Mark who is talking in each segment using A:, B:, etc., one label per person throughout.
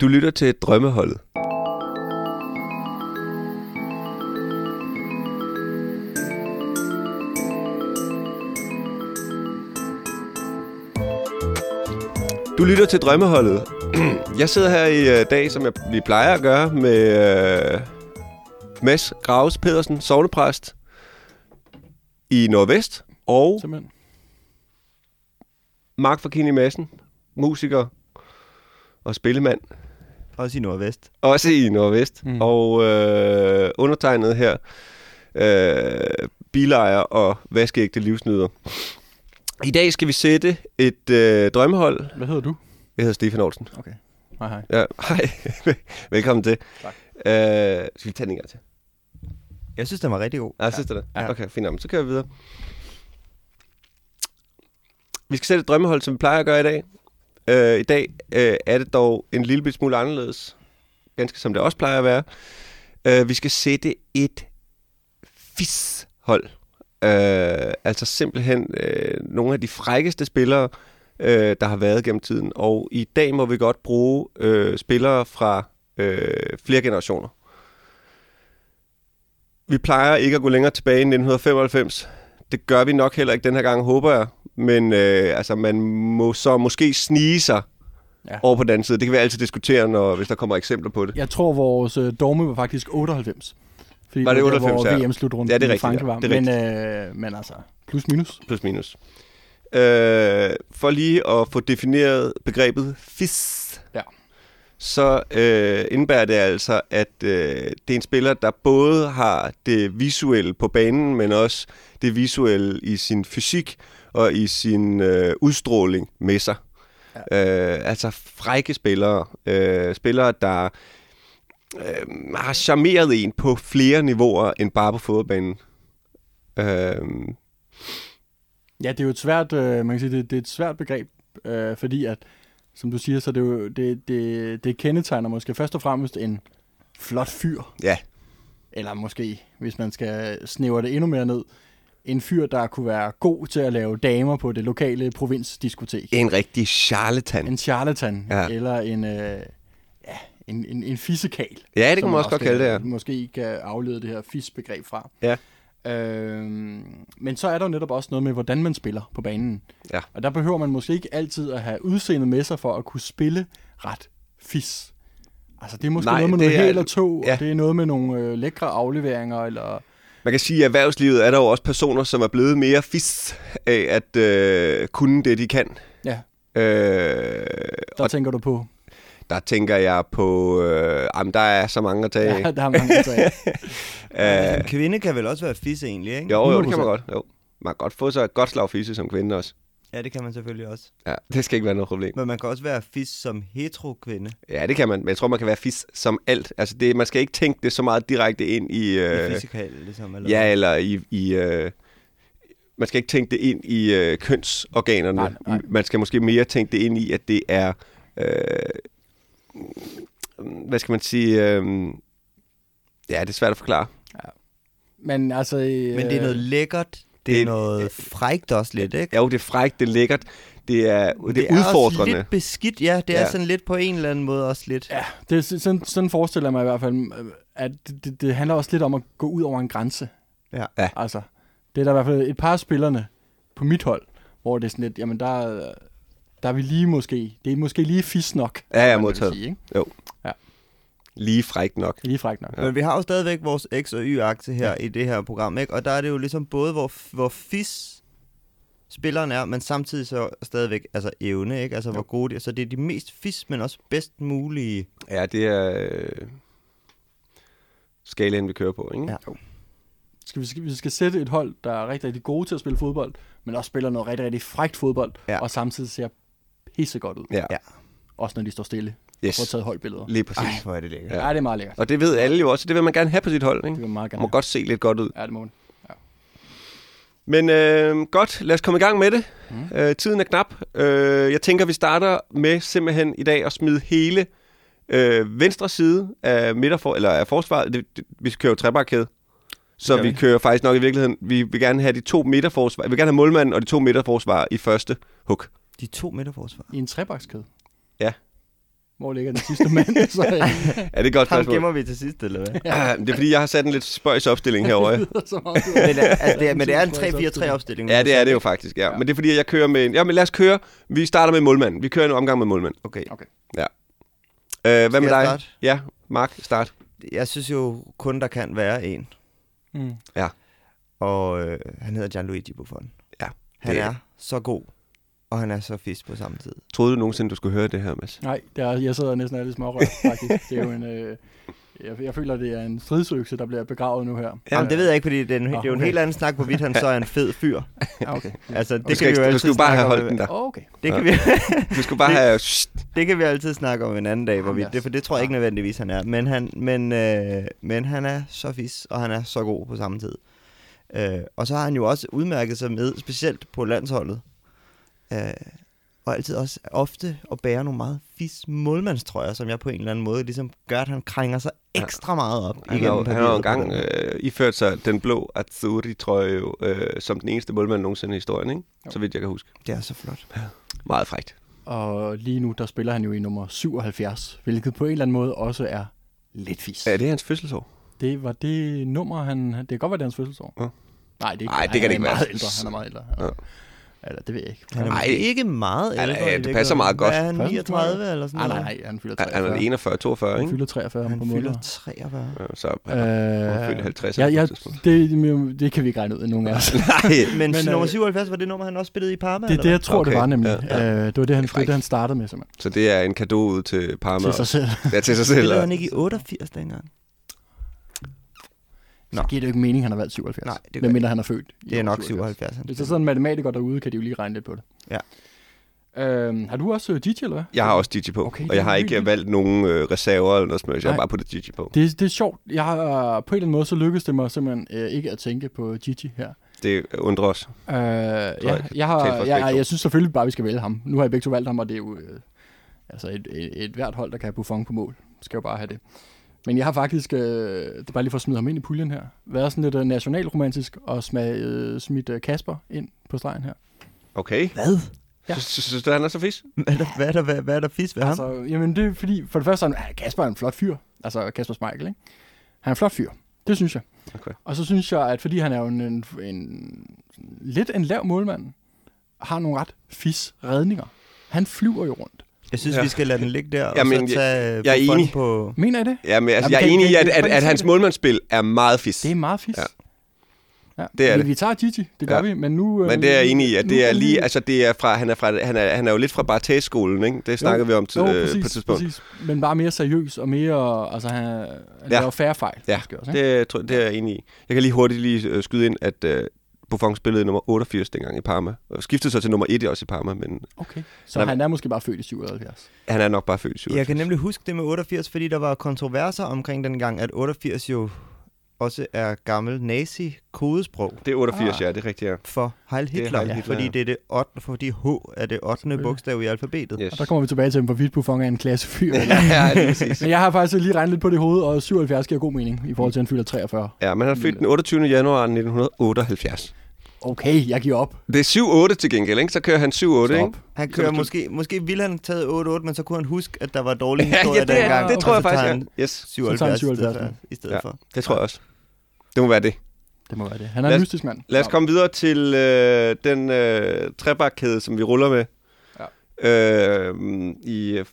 A: Du lytter til Drømmeholdet. Du lytter til Drømmeholdet. Jeg sidder her i øh, dag, som jeg vi plejer at gøre, med øh, Mads Graves Pedersen, sovnepræst i Nordvest, og
B: Simpelthen.
A: Mark Fakini Madsen, musiker og spillemand,
C: Også i Nordvest.
A: også i Nordvest, mm.
B: Mm.
A: og øh, undertegnet her, øh, bilejer og vaskeægte livsnyder. I dag skal vi sætte et øh, drømmehold.
B: Hvad hedder du?
A: Jeg hedder Stefan Olsen.
B: Hej, hej.
A: Ja, hej. Velkommen til.
B: Tak.
A: Øh, skal vi tage den en gang til?
C: Jeg synes, den var rigtig god.
A: Ja, synes du det?
B: Ja.
A: Okay, fint. Jamen, Så kører vi videre. Vi skal sætte et drømmehold, som vi plejer at gøre i dag. Øh, I dag øh, er det dog en lille bit smule anderledes. Ganske som det også plejer at være. Øh, vi skal sætte et fis-hold. Øh, altså simpelthen øh, nogle af de frækkeste spillere, øh, der har været gennem tiden. Og i dag må vi godt bruge øh, spillere fra øh, flere generationer. Vi plejer ikke at gå længere tilbage end 1995. Det gør vi nok heller ikke den her gang, håber jeg. Men øh, altså, man må så måske snige sig ja.
B: Ja.
A: over på den anden side. Det kan vi altid diskutere, når, hvis der kommer eksempler på det.
B: Jeg tror, vores øh, dogme var faktisk 98. Fordi
A: Var det
B: der,
A: 98, ja.
B: hvor VM-slutrunde
A: Ja, det er rigtigt, ja.
B: Var.
A: Det er
B: men, øh, men altså, plus minus.
A: Plus minus. Øh, for lige at få defineret begrebet FIS,
B: Ja.
A: så øh, indebærer det altså, at øh, det er en spiller, der både har det visuelle på banen, men også det visuelle i sin fysik og i sin øh, udstråling med sig. Ja. Øh, altså frække spillere. Øh, spillere, der øh, har charmeret en på flere niveauer end bare på fodboldbanen. Øh,
B: Ja, det er jo et svært, øh, man kan sige, det, det er et svært begreb, øh, fordi at, som du siger, så det, er jo, det, det, det kendetegner måske først og fremmest en flot fyr.
A: Ja.
B: Eller måske, hvis man skal snævre det endnu mere ned, en fyr, der kunne være god til at lave damer på det lokale provinsdiskotek.
A: En rigtig charlatan.
B: En charlatan,
A: Ja.
B: ja. eller en, øh, ja, en, en, en fissekal.
A: ja, det
B: som
A: kan man også godt kalde det, ja.
B: kan- Måske kan aflede det her fis-begreb fra.
A: Ja.
B: Øhm, men så er der jo netop også noget med, hvordan man spiller på banen.
A: Ja.
B: Og der behøver man måske ikke altid at have udseendet med sig for at kunne spille ret fis. Altså det er måske
A: Nej,
B: Nej, noget med
A: det
B: nogle
A: er-
B: hæl og tog,
A: ja.
B: og det er noget med nogle øh, lækre afleveringer, eller
A: Man kan sige, at i erhvervslivet er der jo også personer, som er blevet mere fis af at øh, kunne det, de kan.
B: ja,
A: Øh,
B: der tænker du på.
A: der tænker jeg på, øh, jamen, der er så mange at tage af.
B: Ja, der er mange sager.
C: Ja.
A: Øh,
C: En kvinde kan vel også være fisse egentlig, ikke?
A: jo, jo, det kan man
B: 100%.
A: godt. Jo. Man kan godt få sig et godt slag fisse som kvinde også.
C: Ja, det kan man selvfølgelig også.
A: Ja, det skal ikke være noget problem.
C: Men man kan også være fis som hetero-kvinde.
A: Ja, det kan man, men jeg tror, man kan være fis som alt. Altså, det, man skal ikke tænke det så meget direkte ind i...
C: Øh,
A: Øh,
C: Fysikal, ligesom. Eller
A: ja, eller i... i øh, man skal ikke tænke det ind i øh, kønsorganerne.
B: Nej, nej.
A: Man skal måske mere tænke det ind i, at det er... Øh, hvad skal man sige? Øh, ja, det er svært at forklare.
B: Men altså... Øh,
C: Men det er noget lækkert. Det
A: Det-
C: er noget frækt også lidt, ikke?
A: Ja, jo, det er frækt, det er lækkert, det er, det er, det er
C: også
A: udfordrende.
C: lidt beskidt, ja. Det er
A: Ja.
C: ja. sådan lidt på en eller anden måde også lidt.
B: Ja, det, er- sådan, sådan forestiller jeg mig i hvert fald, øh, at det, det, det handler også lidt om at gå ud over en grænse.
C: Ja.
A: Ja.
B: Altså, det er der i hvert fald et par af spillerne på mit hold, hvor det er sådan lidt, jamen der, øh, der er vi lige måske, det er måske lige fisk nok.
A: Ja, ja,
B: kan man
A: modtaget.
B: Sige, ikke?
A: Lige frækt nok.
B: Lige fræk nok.
C: Men vi har jo stadigvæk vores X og Y-akse her i det her program, ikke? Og der er det jo ligesom både, hvor, hvor fis spilleren er, men samtidig så stadigvæk altså evne, ikke? Altså, hvor gode de er. Så det er de mest fis, men også bedst mulige.
A: Ja, det er øh, skalaen, vi kører på, ikke?
C: Ja.
B: Skal vi, skal, vi skal sætte et hold, der er rigtig, rigtig gode til at spille fodbold, men også spiller noget rigtig, rigtig frækt fodbold,
C: Ja.
B: og samtidig ser pisse godt ud.
A: Ja,
C: Ja.
B: Også når de står stille og får
A: yes.
B: taget holdbilleder.
A: Lige præcis. Ej.
C: hvor er det lækkert.
A: Ja.
B: Ja. ja, det er meget lækkert.
A: Og det ved alle jo også, det vil man gerne have på sit hold,
B: Det
A: ikke?
B: vil man meget gerne
A: Man må godt se lidt godt ud.
B: have. Ja, det må man.
A: Men øh, godt, lad os komme i gang med det. Mm.
B: Mm.
A: Øh, tiden er knap. Øh, jeg tænker, vi starter med simpelthen i dag at smide hele øh, venstre side af, midterfor, eller af forsvaret. Det, det, vi kører jo trebakkæde. Så
B: gør
A: vi
B: vi.
A: kører faktisk nok i virkeligheden, vi vil gerne have de to midterforsvar. Vi vil gerne have målmanden og de to midterforsvar i første hook.
C: De to midterforsvar.
B: I en trebakskæde?
A: Ja.
B: Hvor ligger den sidste mand? Så, øh,
A: Er det et godt
C: Ham
A: spørgsmål?
C: gemmer vi til sidst, eller hvad?
A: Ah, Det er fordi, jeg har sat en lidt spøjs opstilling herovre.
B: det lyder som om, du er-
C: men, øh, altså, det er, men det er en
B: Jeg tror, jeg så
C: 3-4-3 opstilling.
A: Ja, det er det jo faktisk, ja. Men det er fordi, jeg kører med en... Ja, men lad os køre. Vi starter med målmanden. Vi kører en omgang med målmanden.
C: Okay.
A: Øh, hvad med
C: jeg
A: dig?
C: starte?
A: Ja, Mark, start.
C: Jeg synes jo kun, der kan være en.
B: Mm.
C: Og øh, han hedder Gianluigi Buffon.
A: Ja,
C: Han
A: det-
C: er så god, og han er så fisk på samme tid.
A: Troede du nogensinde, du skulle høre det her, Mads?
B: Nej, det er, jeg sidder næsten alle smårørt, faktisk. Det er jo en... Øh, jeg, jeg føler, det er en stridsøkse, der bliver begravet nu her.
C: Ja. Jamen, det ved jeg ikke, fordi det er en, det er jo en
B: okay.
C: helt anden snak, hvorvidt han så er en fed fyr.
B: Ah, okay.
C: Altså, det
A: Du skal,
C: kan
A: ikke,
C: vi jo
A: du
C: altid
A: skal jo bare
C: snakke
A: have
C: om-
A: holdt den der.
B: Okay.
C: Det kan, vi,
A: Du skal bare have... Shh,
C: det kan vi altid snakke om en anden dag, hvorvidt
B: Jamen,
C: det, for det tror jeg ikke nødvendigvis, han er. Men han, men, øh, men han er så fis, og han er så god på samme tid. Øh, og så har han jo også udmærket sig med, specielt på landsholdet, øh, og altid også ofte at bære nogle meget fis målmandstrøjer, som jeg på en eller anden måde ligesom gør, at han krænger sig ekstra meget op.
A: Han har,
C: igennem
A: jo- han
C: papiret
A: har jo
C: på den
A: engang
C: måde.
A: øh, iført sig den blå Azzurri-trøje jo, øh, som den eneste målmand nogensinde i historien, ikke? Så vidt jeg kan huske.
C: Det er så flot.
A: Meget frægt.
B: Og lige nu, der spiller han jo i nummer 77, hvilket på en eller anden måde også er lidt fis.
A: Er det hans fødselsår?
B: Det var det nummer, han... Det kan godt være, det er hans fødselsår.
A: Ja.
B: Nej, det, er
A: Ej,
B: han
A: det kan
B: er
A: det ikke være.
B: Meget ældre. Han er meget ældre. Ja. Eller, det ved jeg ikke.
C: Han er
A: Ej.
C: måske ikke meget
A: Ja,
C: ældre.
A: ja,
C: i
A: det
C: virkeligheden.
A: passer meget godt.
C: Hvad er han,
B: Passer
C: 39 eller sådan
B: Nej, nej,
C: noget?
B: nej, han fylder
A: Han
B: 43.
A: er 41-42,
B: han
A: ikke?
B: fylder 43 han på
C: Han
B: måneder.
C: fylder 43.
A: Ja, Så er han
B: Øh,
A: øh, født i 50'erne
B: ja,
A: på
B: ja,
A: et tidspunkt.
B: det, det kan vi ikke regne ud af nogen af os.
A: Nej,
C: Men,
B: Men,
C: men nummer
B: øh,
C: 77 var det nummer, han også spillede i
B: Det er
C: Parma? eller
B: det,
C: hvad?
B: jeg tror, okay. det
A: Okay,
B: var nemlig.
A: ja,
B: Ja, ja. Øh, det var det, han,
A: er altså-
B: det, var det, han startede med, simpelthen.
A: så det er en gave ud til Parma.
B: Til sig selv.
A: Ja, til sig selv.
C: Spillede
A: og-
C: han ikke i 88 dengang? Nå.
B: Så giver det jo ikke mening, han har valgt 77.
C: Nej, det gør
B: Hvem mindre han er født. i
C: Det
B: år
C: er nok 77.
B: Hvis
C: han
B: der
C: spillede.
B: sidder en matematiker derude, kan de jo lige regne lidt på det.
C: Ja.
B: Øhm, har du også øh, DJ, eller hvad?
A: Jeg har også DJ på, okay,
B: Okay,
A: og
B: det
A: jeg
B: er
A: har ikke
B: vildt.
A: valgt nogen øh, reserver eller noget som helst. Jeg har
B: Nej.
A: bare puttet DJ på.
B: Det, det er sjovt. Jeg har, øh, på en eller anden måde, så lykkedes det mig simpelthen øh, ikke at tænke på Gigi her.
A: Det undrer os.
B: Øh,
A: jeg
B: jeg,
A: kan
B: jeg,
A: tale
B: har,
A: for os
B: jeg,
A: begge to.
B: jeg, jeg synes selvfølgelig bare, vi skal vælge ham. Nu har jeg begge to valgt ham, og det er jo øh, altså et, et, et hvert hold, der kan have Buffon på mål. Skal jo bare have det. Men jeg har faktisk, øh, det er bare lige for at smide ham ind i puljen her, været sådan lidt øh, nationalromantisk og smag, øh, smidt øh, Kasper ind på stregen her.
A: Okay.
C: Hvad?
B: Ja.
A: Ja. Synes du, han er så fisk?
C: Hvad er der, hvad er der, hvad, hvad er der fisk ved ham?
B: Altså, jamen det er fordi, for det første, er han, ah, Kasper er en flot fyr. Altså Kasper Schmeichel, ikke? Han er en flot fyr. Det synes jeg.
A: Okay.
B: Og så synes jeg, at fordi han er jo en, en, en lidt en lav målmand, har nogle ret fis redninger. Han flyver jo rundt.
C: Jeg synes,
A: Ja.
C: vi skal lade den ligge der, og
A: Jamen,
C: så tage øh,
A: jeg er
C: Buffon
A: enig.
C: på...
B: Mener I det?
A: Ja, men altså,
B: Jamen,
A: jeg er
B: kan-
A: enig i,
B: kan-
A: at,
B: kan-
A: at,
B: kan-
A: at hans målmandsspil er meget fisk.
B: Det er meget fis.
A: Ja.
B: Ja. Ja.
A: Det er
B: vi,
A: det.
B: vi tager Gigi, det gør
A: Ja.
B: ja. vi, men nu... øh,
A: Men det er jeg enig i, at
B: nu
A: det er
B: kan vi-
A: lige, altså det er fra, han er, fra, han er, han er jo lidt fra Barthes-skolen, ikke? Det snakkede vi om til,
B: jo,
A: øh,
B: præcis,
A: på et tidspunkt.
B: Præcis. Men bare mere seriøs og mere... Altså, han, han
A: Ja.
B: laver færre fejl.
A: Ja,
B: måske også, ikke?
A: det, tror, det er jeg enig i. Jeg kan lige hurtigt lige øh, skyde ind, at øh, Buffon spillede nummer 88 dengang i Parma. Og skiftede så til nummer 1 også i Parma, men
B: Okay. Så
A: Nej,
B: han er måske bare født i 77.
A: han er nok bare født i 87.
C: Jeg kan nemlig huske det med 88, fordi der var kontroverser omkring dengang, at 88 jo også er gammel nazi-kodesprog
A: Det er 88,
B: Ah.
A: ja, det er rigtigt, ja.
C: for Heil
A: er
C: Hitler,
A: Heil
C: ja.
A: Hitler,
C: fordi
A: ja.
C: det er det 8, fordi H er det 8. bogstav i alfabetet.
A: Yes.
B: Og der kommer vi tilbage til dem, hvorvidt Buffon er en klasse fyr. eller-
A: ja, lige præcis.
B: Men jeg har faktisk lige regnet lidt på det i hovedet, og 77 giver god mening i forhold til, at han fylder 43.
A: Ja, men han er født den 28. januar 1978.
B: Okay, jeg giver op.
A: Det er 7-8 til gengæld, ikke? Så kører han 7-8, ikke?
B: Stop.
C: Han
A: Så
C: kører
A: hvis du-
C: måske, måske ville han taget 8-8, men så kunne han huske, at der var dårlige
A: Ja,
C: historier
A: ja, det, er,
C: dengang.
A: det
C: og
A: tror
C: så
A: jeg
C: tager
A: faktisk,
C: han
A: ja. Yes,
C: 77,
B: Så tager han
C: i stedet for. I stedet
A: Ja.
C: for.
A: det tror jeg også. Det må være det.
B: Det må være det. Han er
A: Lad
B: en
A: os-
B: mystisk mand.
A: Lad os komme videre til øh, den øh, trebakkæde, som vi ruller med
B: Ja.
A: øh, i,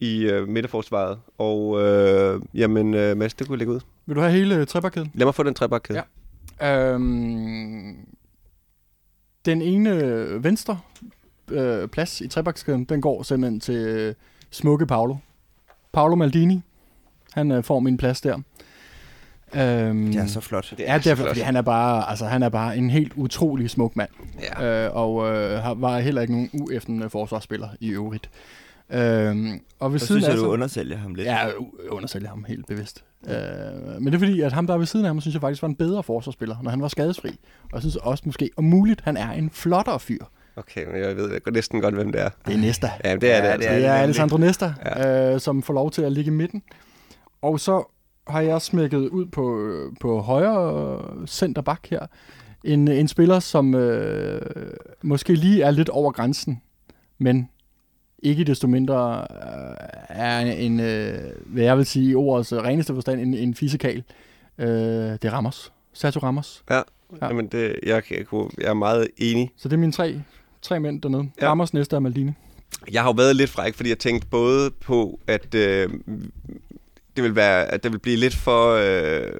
A: i øh, midterforsvaret. Og øh, jamen, øh, Mads, det kunne lægge ud.
B: Vil du have hele øh, trebakkæden?
A: Lad mig få den trebakkæde.
B: Ja. Øhm, den ene øh, venstre øh, plads i trebakkæden, den går simpelthen til øh, smukke Paolo. Paolo Maldini. Han øh, får min plads der. Øhm,
C: Det er så flot.
A: Det
B: Ja, derfor,
A: så
B: fordi
A: flot.
B: han er, bare, altså, han er bare en helt utrolig smuk mand.
A: Ja.
B: øh, og øh, har- var heller ikke nogen ueftende forsvarsspiller i øvrigt. Øhm, og ved
C: Så
B: siden
C: synes jeg,
B: af
C: du
B: så-
C: undersælger ham lidt.
B: Ja, u- undersælger ham helt bevidst. Øh, men det er fordi, at ham der er ved siden af ham, synes jeg faktisk var en bedre forsvarsspiller, når han var skadesfri. Og jeg synes også måske, om muligt, han er en flottere fyr.
A: Okay, men jeg ved jeg næsten godt, hvem det er.
B: Det er Nesta.
A: Ja, men det er
C: Ja,
A: det.
C: det
A: Altså.
B: Det er
C: nemlig.
B: Alessandro Nesta, ja. øh, som får lov til at ligge i midten. Og så har jeg smækket ud på, på højre centerback her. En, en spiller, som øh, måske lige er lidt over grænsen, men ikke desto mindre øh, er en, øh, hvad jeg vil sige i ordets øh, reneste forstand, en, en fisekal. Øh, det er Ramos. Sergio Ramos. Ja.
A: Ja. Jamen, det, jeg, jeg, kunne- jeg er meget enig.
B: Så det er mine tre, tre mænd dernede. Ja.
A: Ja.
B: Ramos næste er Maldini.
A: Jeg har jo været lidt fræk, fordi jeg tænkte både på, at øh, det vil være, at det vil blive lidt for øh,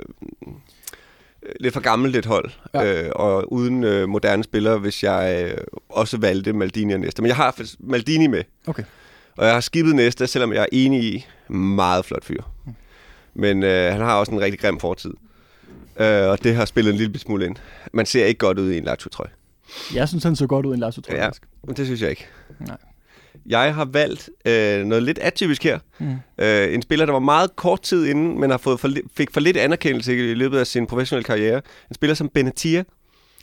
A: lidt for gammelt et hold,
B: Ja.
A: ja. øh, og uden øh, moderne spillere, hvis jeg øh, også valgte Maldini og Nesta. Men jeg har faktisk Maldini med,
B: Okay.
A: og jeg har skibet Nesta, selvom jeg er enig i, meget flot fyr. Men øh, han har også en rigtig grim fortid. Øh, og det har spillet en lille smule ind. Man ser ikke godt ud i en Lazio-trøje.
B: Jeg synes, han så godt ud i en Lars Utrøj.
A: Ja, men det synes jeg ikke.
B: Nej.
A: Jeg har valgt øh, noget lidt atypisk her.
B: Mm.
A: Øh, en spiller, der var meget kort tid inden, men har fået for, li- fik for lidt anerkendelse i løbet af sin professionelle karriere. En spiller som Benatia,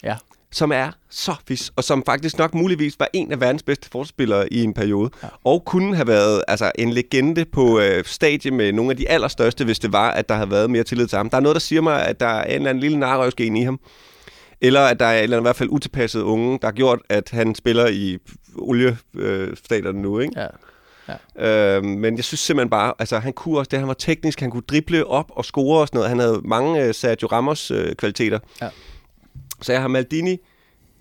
B: Ja.
A: som er så fis, og som faktisk nok muligvis var en af verdens bedste forspillere i en periode.
B: Ja.
A: Ja. Og kunne have været altså, en legende på øh, stadie med nogle af de allerstørste, hvis det var, at der havde været mere tillid til ham. Der er noget, der siger mig, at der er en eller anden lille narrøvsgen i ham. Eller at der er en eller anden, i hvert fald utilpasset unge, der har gjort, at han spiller i oliestaterne nu, ikke?
B: Ja.
A: Øh, men jeg synes simpelthen bare, altså han kunne også det, han var teknisk, han kunne drible op og score og sådan noget. Han havde mange øh, Sergio Ramos øh, kvaliteter.
B: Ja.
A: Så jeg har Maldini,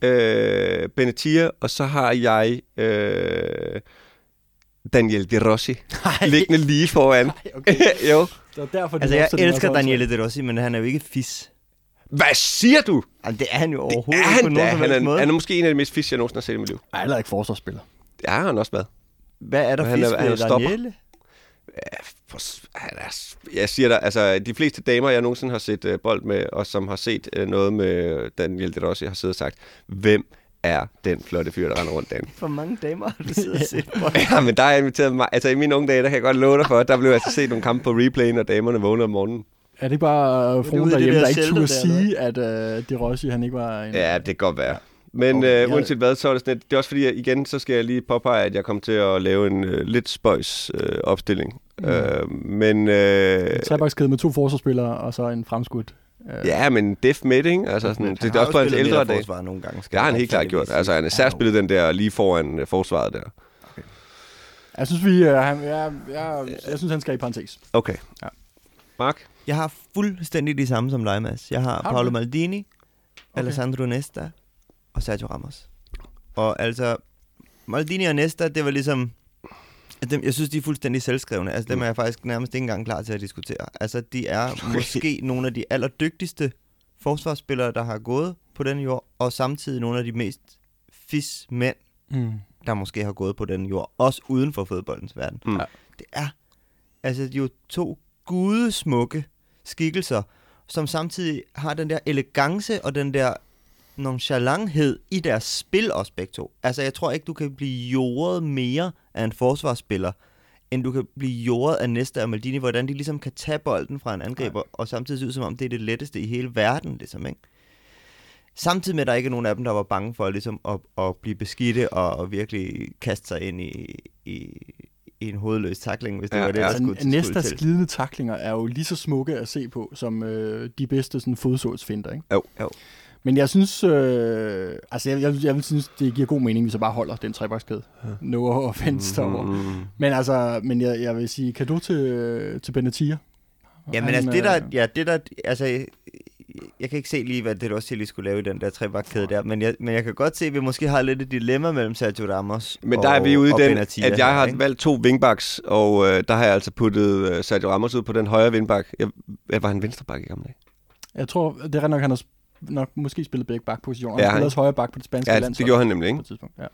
A: øh, Benatia, og så har jeg øh, Daniel De Rossi liggende lige foran.
B: Ej, Okay.
A: jo.
B: Så derfor,
C: Altså, jeg elsker
B: Daniel.
C: Daniele De Rossi, men han er jo ikke fis.
A: Hvad siger du?
C: Jamen, det er han jo overhovedet
A: Er
C: ikke
A: han
C: på
A: da?
C: nogen som
A: Han
C: helst
A: er,
C: måde.
A: han er måske en af de mest fisk, jeg nogensinde har set i mit liv.
B: Jeg er heller ikke forsvarsspiller.
A: Det har han også været.
C: Hvad er der
A: han
C: fis
A: er- han er
C: ved
A: stopper.
C: Daniele?
A: Ja, for s- han er s- Jeg siger dig, altså de fleste damer, jeg nogensinde har set øh, bold med, og som har set øh, noget med Daniel Det også, har siddet og sagt, hvem er den flotte fyr, der render rundt den?
C: For mange damer har du siddet og set på.
A: ja, men der er inviteret mig. Altså i mine unge dage, der kan jeg godt love dig for, at der blev altså set nogle kampe på replay, når damerne vågnede om morgenen.
B: Er det ikke bare øh, fruen
C: ude i det
B: derhjemme,
C: der
B: der ikke
C: shelter
B: turde
C: der,
B: sige, at øh, De Rossi, han ikke var en...
A: Ja, det kan godt være. Men
B: Okay,
A: okay,
B: jeg-
A: øh, uanset hvad, så er det sådan, lidt- det er også fordi, at igen, så skal jeg lige påpege, at jeg kom til at lave en øh, lidt spøjs øh, opstilling.
B: Mm.
A: Mm. Øh, men... Øh,
B: En trebakskæde med to forsvarsspillere, og så en fremskudt. Øh,
A: Ja, men def med det, ikke? Altså, sådan, det, det er også på hans ældre dag.
C: Forsvar nogle gange, skal
A: Det har han
C: jeg
A: helt klart
C: retfærdigvis
A: gjort.
C: sige.
A: Altså, han er særspillet den der lige foran øh, forsvaret der.
B: Jeg synes, vi, øh, han, jeg, jeg, jeg synes, han skal i parentes.
A: Okay.
B: Ja.
A: Mark?
C: Jeg har fuldstændig de samme som dig, Mads. Jeg har
B: Har du
C: Paolo
B: det?
C: Maldini, okay. Alessandro Nesta og Sergio Ramos. Og altså, Maldini og Nesta, det var ligesom... at Dem, jeg synes, de er fuldstændig selvskrevne. Altså, dem er jeg faktisk nærmest ikke engang klar til at diskutere. Altså, de er okay. måske nogle af de allerdygtigste forsvarsspillere, der har gået på den jord, og samtidig nogle af de mest fis mænd,
B: Mm.
C: der måske har gået på den jord, også uden for fodboldens verden.
A: Mm.
B: Ja.
C: Det er altså de er jo to gudesmukke skikkelser, som samtidig har den der elegance og den der nonchalanthed i deres spil også begge to. Altså jeg tror ikke, du kan blive jordet mere af en forsvarsspiller, end du kan blive jordet af Nesta og Maldini, hvordan de ligesom kan tage bolden fra en angriber, og samtidig se ud som om, det er det letteste i hele verden, ligesom, ikke? Samtidig med, at der ikke er nogen af dem, der var bange for ligesom, at, at blive beskidte og, og virkelig kaste sig ind i, i, i en hovedløs takling, hvis det
A: Ja,
C: var det,
A: ja.
C: der skulle,
B: Altså,
C: skulle
B: Næstas
C: til.
B: glidende taklinger er jo lige så smukke at se på, som øh, de bedste sådan, fodsålsfinder, ikke?
A: Jo.
C: Jo.
B: Men jeg synes, øh, altså jeg, jeg, jeg vil synes, det giver god mening, hvis jeg bare holder den trebakskæde. No offense
C: Mhm.
B: mm-hmm. derovre.
A: Mm.
B: Men altså, men jeg, jeg vil sige, kado til, øh, til Benatia.
C: Jamen
B: Han,
C: altså, det
B: øh,
C: der, ja, det der, altså, jeg, jeg kan ikke se lige, hvad det også lige skulle lave i den der trebakkæde der, men jeg, men jeg kan godt se, at vi måske har lidt et dilemma mellem Sergio Ramos
A: Men
C: og,
A: der er vi ude i
C: og
A: den,
C: Benatia
A: at jeg
C: her,
A: har
C: ikke?
A: valgt to wingbacks, og øh, der har jeg altså puttet øh, Sergio Ramos ud på den højre wingback. Jeg, jeg var han venstreback i gamle dage?
B: Jeg tror, det er rigtig nok, han har sp- nok måske spillet begge bakpositioner. Han
A: Ja,
B: ja, spillede
A: han-
B: også højre bak på det spanske
A: Ja,
B: landshold.
A: det gjorde han nemlig,
B: på
A: ikke?
B: et tidspunkt. Ja.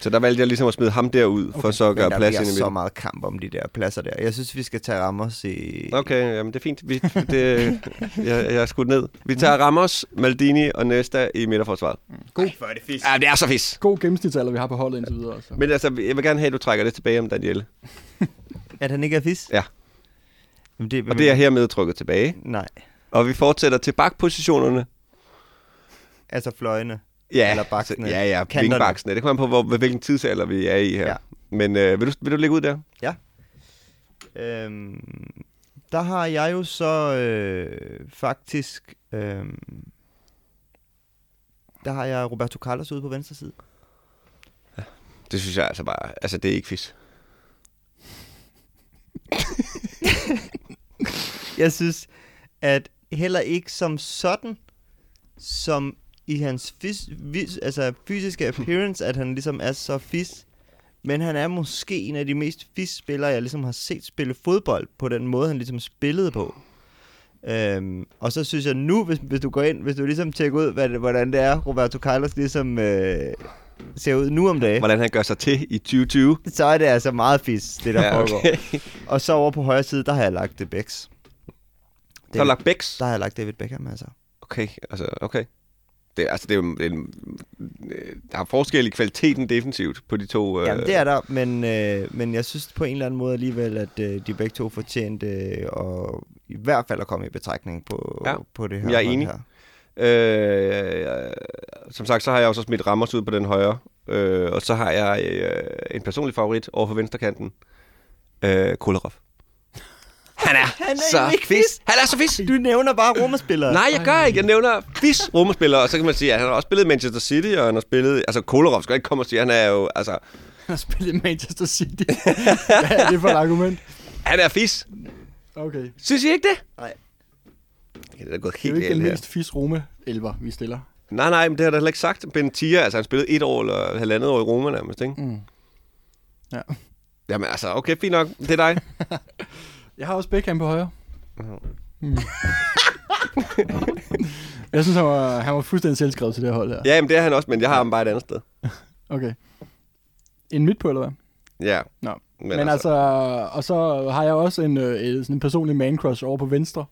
A: Så der valgte jeg ligesom at smide ham derud, okay. for så at
C: Men
A: gøre
C: der
A: plads
C: bliver
A: ind i
C: så
A: midten.
C: meget kamp om de der pladser der. Jeg synes, vi skal tage Ramos i...
A: Okay, jamen det er fint. Vi, det, jeg, jeg er skudt ned. Vi tager Ramos, Maldini og Nesta i midterforsvaret.
B: God,
C: Hvor er det fisk.
A: Ja, det er så fisk.
B: god gennemsnitsalder, vi har på holdet indtil videre. Så.
A: Men altså, jeg vil gerne have, at du trækker det tilbage om Danielle.
C: At han ikke er fisk?
A: Ja.
C: Jamen, det,
A: Og det er hermed trykket tilbage.
C: Nej,
A: Og vi fortsætter til bakpositionerne.
C: altså fløjene.
A: Ja,
C: Eller baksene.
A: så- Ja, ja,
C: Kanterne.
A: vingbaksene. Det kommer an på, hvor, hvilken tidsalder vi er i her.
C: Ja.
A: Ja. Men øh, vil, du, vil du lægge ud der?
C: Øhm, der har jeg jo så øh, faktisk... Øhm, der har jeg Roberto Carlos ude på venstre side.
A: Det synes jeg altså bare, altså det er ikke fisk.
C: jeg synes, at heller ikke som sådan, som i hans fys, vis, altså fysiske
A: Hmm.
C: appearance, at han ligesom er så fis. Men han er måske en af de mest fis-spillere, jeg ligesom har set spille fodbold på den måde, han ligesom spillede på. Øhm, og så synes jeg nu, hvis, hvis du går ind, hvis du ligesom tjekker ud, hvad, det- hvordan det er, Roberto Carlos ligesom øh, ser ud nu om dagen,
A: Hvordan han gør sig til i 2020.
C: så er det altså meget fis, det der ja, foregår.
A: okay.
C: Og så over på højre side, der har jeg lagt det Becks.
A: Så er lagt Becks.
C: Der har jeg lagt David Beckham, altså.
A: Okay, altså, okay. Det, er- altså, det er, jo- det er en, øh, der er forskel i kvaliteten defensivt på de to. Øh,
C: Jamen, det er der, men, øh, men jeg synes på en eller anden måde alligevel, at øh, de begge to fortjente øh, og i hvert fald at komme i betragtning på,
A: Ja,
C: ja, på det her.
A: jeg er
C: hold
A: enig.
C: Her.
A: Øh, øh, som sagt, så har jeg også smidt Ramos ud på den højre. Øh, og så har jeg øh, en personlig favorit over for venstrekanten. Øh, Kolarov. Han er,
C: Han er
A: så
C: ikke
A: fisk. Han er så fisk.
C: Du nævner bare romerspillere.
A: Nej, jeg gør ikke. Jeg nævner fisk romerspillere. Og så kan man sige, at han har også spillet i Manchester City, og han har spillet... Altså, Kolarov skal ikke komme og sige, han er jo... Altså,
B: Han har spillet i Manchester City. Hvad er det for et argument?
A: han er fisk.
B: Okay.
A: Synes I ikke det?
C: Nej.
A: Det er da gået
B: Det er jo
A: helt
B: ikke den
A: galt her.
B: mest fis rome elver vi stiller.
A: Nej, nej, men det har jeg da heller ikke sagt. Ben Tia, altså han spillede et år eller halvandet år i Roma nærmest, ikke?
B: Mm. Ja.
A: Jamen altså, okay, fint nok. Det er dig.
B: Jeg har også Beckham på højre. Mm. jeg synes, han var, han var fuldstændig selvskrevet til det her hold her.
A: Ja, jamen det er han også, men jeg har ham bare et andet sted.
B: Okay. En midt på, eller hvad?
A: Ja.
B: Nå. Men, men altså, og så har jeg også en, øh, en, sådan en personlig man-crush over på venstre.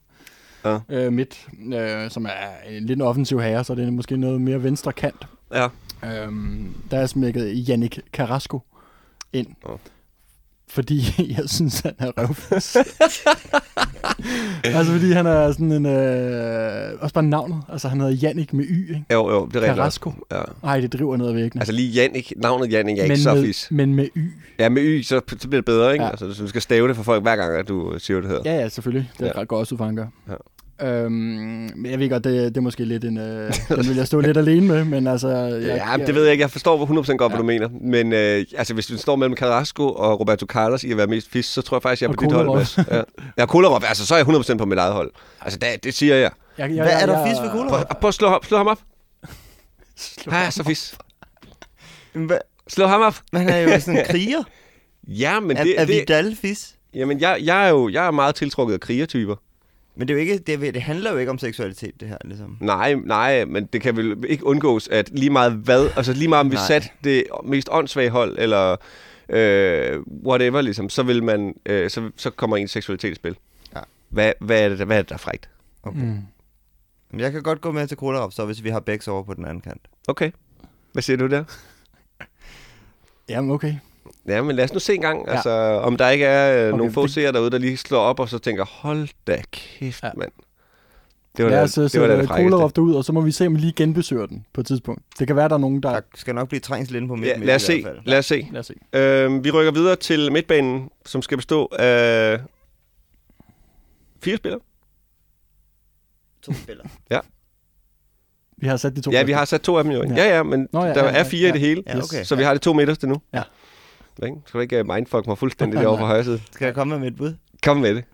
A: Ja.
B: Øh, midt, øh, som er en lidt en offensiv herre, så det er måske noget mere venstre kant.
A: Ja.
B: Øhm, der er smækket Yannick Carrasco ind.
A: Nå.
B: Fordi jeg synes, han er røvfis. altså fordi han er sådan en... Øh, også bare navnet. Altså han hedder Jannik med Y, ikke?
A: Jo, jo, det er rigtigt.
B: Carrasco.
A: Ja.
B: Ej, det driver noget væk.
A: Altså lige Jannik, navnet Jannik er
B: men,
A: ikke så
B: med,
A: fis.
B: men med Y.
A: Ja, med Y, så, så bliver det bedre, ikke? Ja.
B: Ja.
A: Altså, så du skal stave det for folk hver gang, at du siger, hvad det hedder.
B: Ja, ja, selvfølgelig. Det
A: Ja.
B: er ja. godt også ud, for, han gør. Øhm, men jeg ved godt, det, det er måske lidt en... Øh, den vil jeg stå lidt alene med, men altså... Jeg,
A: Ja, ja, det ved jeg ikke. Jeg forstår 100% godt, ja. hvad
B: Ja.
A: du mener. Men øh, altså, hvis du står mellem Carrasco og Roberto Carlos i at være mest fis, så tror jeg faktisk, jeg er
B: Og
A: på dit hold,
B: Kolarov.
A: Mads. Ja. ja, Kolarov. Altså, så er jeg 100% på mit eget hold. Altså, det, det siger jeg.
B: Jeg,
C: Hvad er der fisk ved
A: Prøv,
C: Kolarov?
A: prøv at slå, ham- slå ham op.
B: Slå
A: Han er så fis.
C: Men hvad-
A: Slå ham op.
C: Men han er jo sådan en kriger.
A: Ja, men
C: er,
A: det,
C: er
A: det,
C: Vidal fis?
A: jamen, jeg, jeg er jo jeg er meget tiltrukket af krigertyper.
C: Men det, er jo ikke, det, er- det handler jo ikke om seksualitet, det her, ligesom.
A: Nej, nej, men det kan vel ikke undgås, at lige meget hvad, altså lige meget om vi
C: Nej.
A: satte det mest åndssvage hold, eller øh, whatever, ligesom, så vil man, øh, så, så kommer ens seksualitet i spil.
C: Ja.
A: Hvad, hvad, er det, der- hvad er det, der er frægt?
C: Okay.
B: Mm.
C: Men jeg kan godt gå med til Kolarov, så hvis vi har Becks over på den anden kant.
A: Okay. Hvad siger du der?
B: Jamen, okay.
A: Ja, men lad os nu se en gang,
B: Ja.
A: altså, om der ikke er øh, okay,
B: Okay,
A: nogle få
B: det-
A: seere derude, der lige slår op og så tænker, hold da kæft, ja.
B: Ja.
A: mand. Det var
B: Lad
A: da,
B: os øh,
A: det, var da
B: sætte
A: det frækkeste.
B: Kolarov derud, og så må vi se, om vi lige genbesøger den på et tidspunkt. Det kan være, der er nogen, der...
C: Der skal nok blive trængsel inde på midten
A: Ja,
C: i
A: lad os se,
C: hvert fald.
A: lad os se.
B: Lad os se.
A: Øh, vi rykker videre til midtbanen, som skal bestå af fire spillere.
C: To spillere.
B: Vi har sat de to.
A: Ja, vi har sat to af dem jo. ikke? Ja,
B: Ja.
A: ja, men
B: Nå, ja,
A: der
B: ja,
A: er
B: ja,
A: fire i
B: ja.
A: det hele,
C: Ja, okay.
A: så vi har det to midterste nu.
B: Ja.
A: Ikke? Skal du ikke øh, mindfuck mig fuldstændig derovre på højre side?
C: Skal jeg komme med mit bud?
A: Kom med det,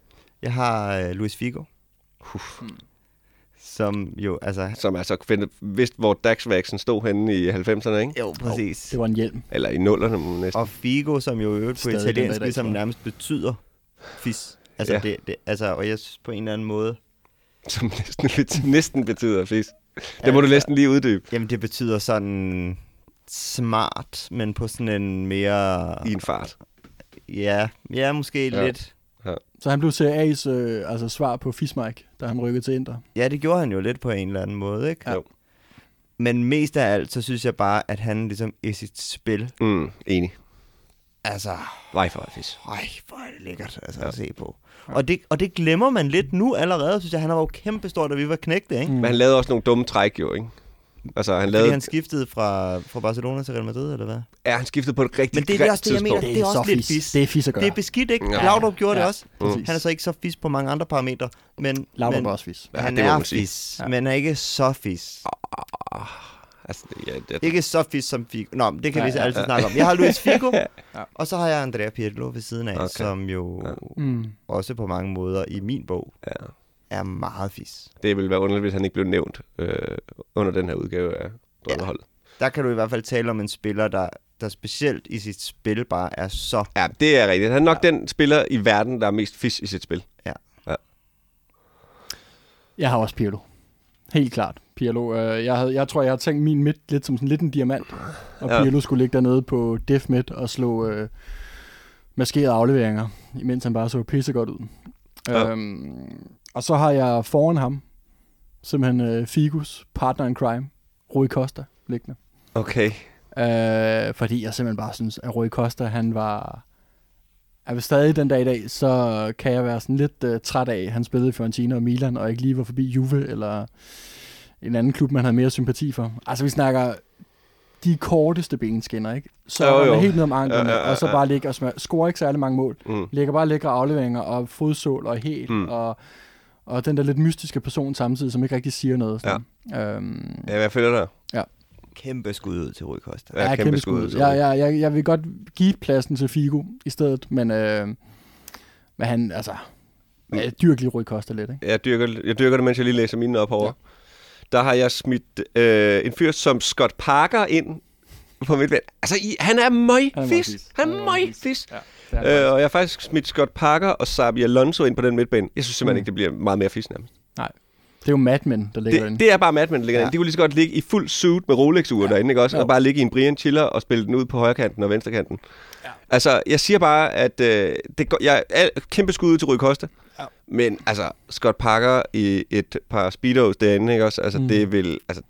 C: Jeg har øh, Luis Figo.
A: Uff.
C: Som jo, altså...
A: som altså find, vidste, hvor Dagsvaxen stod henne i 90'erne, ikke?
C: Jo, præcis.
B: Det var en hjelm.
A: Eller i 0'erne næsten.
C: Og Figo, som jo i øvrigt på
B: Stadig den dag i
C: italiensk
B: dag,
C: ligesom
B: tror jeg.
C: nærmest betyder fis. Altså,
A: Ja.
C: ja. det, det, altså, og jeg synes på en eller anden måde...
A: Som næsten, bet- næsten betyder fis. Det må du næsten lige uddybe
C: Jamen, det betyder sådan smart, men på sådan en mere...
A: i en fart.
C: Ja, ja måske
A: Ja.
C: ja. lidt.
B: Så han blev CA's øh, altså svar på Fismark, da han rykkede til Inter.
C: Ja, det gjorde han jo lidt på en eller anden måde, ikke?
A: Ja. Jo.
C: Men mest af alt, så synes jeg bare, at han ligesom i sit spil...
A: Mm, enig.
C: Altså,
A: Vej for vej fis.
C: Ej, hvor er det lækkert altså, ja. at se på. Og det, og det glemmer man lidt nu allerede, synes jeg. Han var jo kæmpestor, da vi var knægte, ikke? Mm.
A: Men han lavede også nogle dumme træk jo, ikke? Altså, han lavede...
C: Fordi han skiftede fra, fra Barcelona til Real Madrid, eller hvad?
A: Ja, han skiftede på et rigtig
C: Men det er
A: grimt
C: også det, jeg mener.
A: tidspunkt.
C: Det er også
B: så
C: lidt fis.
B: Det er fis at gøre.
C: Det er beskidt, ikke?
A: Ja.
C: Ja. Laudrup gjorde ja.
B: Ja,
C: det også.
B: præcis.
C: Han er så ikke så fis på mange andre parametre, men,
B: Laudrup
C: men
B: var også fis.
A: Ja,
C: han
A: det må
C: er
A: man sige.
C: fis, ja. men er ikke så fis.
A: Altså, ja, det,
C: Ikke så fis som Figo. Nå, men det kan
B: Ja,
C: vi så
B: ja,
C: altid snakke om. Jeg har Luis Figo, og så har jeg Andrea Pirlo ved siden af,
A: Okay.
C: okay. som jo
A: Ja.
B: Mm.
C: også på mange måder i min bog
A: ja.
C: er meget fis.
A: det ville være underligt, hvis han ikke blev nævnt øh, under den her udgave af Drømmeholdet.
C: Der kan du i hvert fald tale om en spiller, der, der specielt i sit spil bare er så...
A: Ja. ja, det er rigtigt. Han er nok ja. den spiller i verden, der er mest fisk i sit spil.
B: Jeg har også Pirlo. Helt klart. Pirlo, øh, jeg, havde, jeg tror, jeg har tænkt min midt lidt som sådan lidt en diamant. Og
A: Ja.
B: ja. Pirlo skulle ligge dernede på def midt og slå øh, maskerede afleveringer, imens han bare så pissegodt ud.
A: Ja.
B: Ja. Øhm, og så har jeg foran ham, simpelthen øh, Figus, partner in crime, Rui Costa, liggende.
A: Okay.
B: Øh, fordi jeg simpelthen bare synes, at Rui Costa, han var... Er vi stadig den dag i dag, så kan jeg være sådan lidt øh, træt af, at han spillede i Fiorentina og Milan, og ikke lige var forbi Juve eller en anden klub, man havde mere sympati for. Altså, vi snakker de korteste benskinner, ikke? Så
A: Jo,
B: jo,
A: jo.
B: jo. helt ned om anklerne,
A: Ja,
B: ja,
A: ja, ja,
B: og så
A: ja.
B: bare ligge og smør. Scorer ikke særlig mange mål.
A: Mm.
B: Lægger bare lækre afleveringer og fodsål og helt,
A: Mm.
B: mm. og, og den der lidt mystiske person samtidig, som ikke rigtig siger noget. Sådan. Ja. Øhm,
A: Ja, jeg føler dig.
C: Kæmpe skud ud til Rui Costa.
A: Ja, kæmpe skud.
B: Ja, ja, jeg, jeg vil godt give pladsen til Figo i stedet, men, øh, men han, altså,
A: Mm.
B: jeg dyrker lige Rui Costa lidt, ikke?
A: Jeg dyrker, jeg dyrker det, mens jeg lige læser mine op over. Ja.
B: Ja.
A: Der har jeg smidt øh, en fyr som Scott Parker ind på mit valg. Altså, I, han er
B: Han er
A: møgfis.
B: møgfis.
A: Han
B: Han
A: er
B: er
A: møgfis.
B: Ja,
A: Øh, og jeg har faktisk smidt Scott Parker og Sabi Alonso ind på den midtbane. Jeg synes simpelthen
B: Mm.
A: ikke, det bliver meget mere fis nærmest.
B: Nej, det er jo Mad Men, der ligger
A: Det,
B: derinde.
A: det er bare Madman, der ligger
B: Ja.
A: ja. De kunne lige så godt ligge i fuld suit med Rolex-ure ja. derinde, ikke også?
B: Jo.
A: Og bare ligge i en Brian Chiller og spille den ud på højrekanten og venstrekanten. Ja.
B: Ja.
A: Altså, jeg siger bare, at øh, det går, jeg er kæmpe skud ud til Rui Costa. Ja.
B: Ja.
A: Men altså, Scott Parker i et par speedos derinde, ikke også? Altså, mm.
B: Mm.
A: det vil... Altså,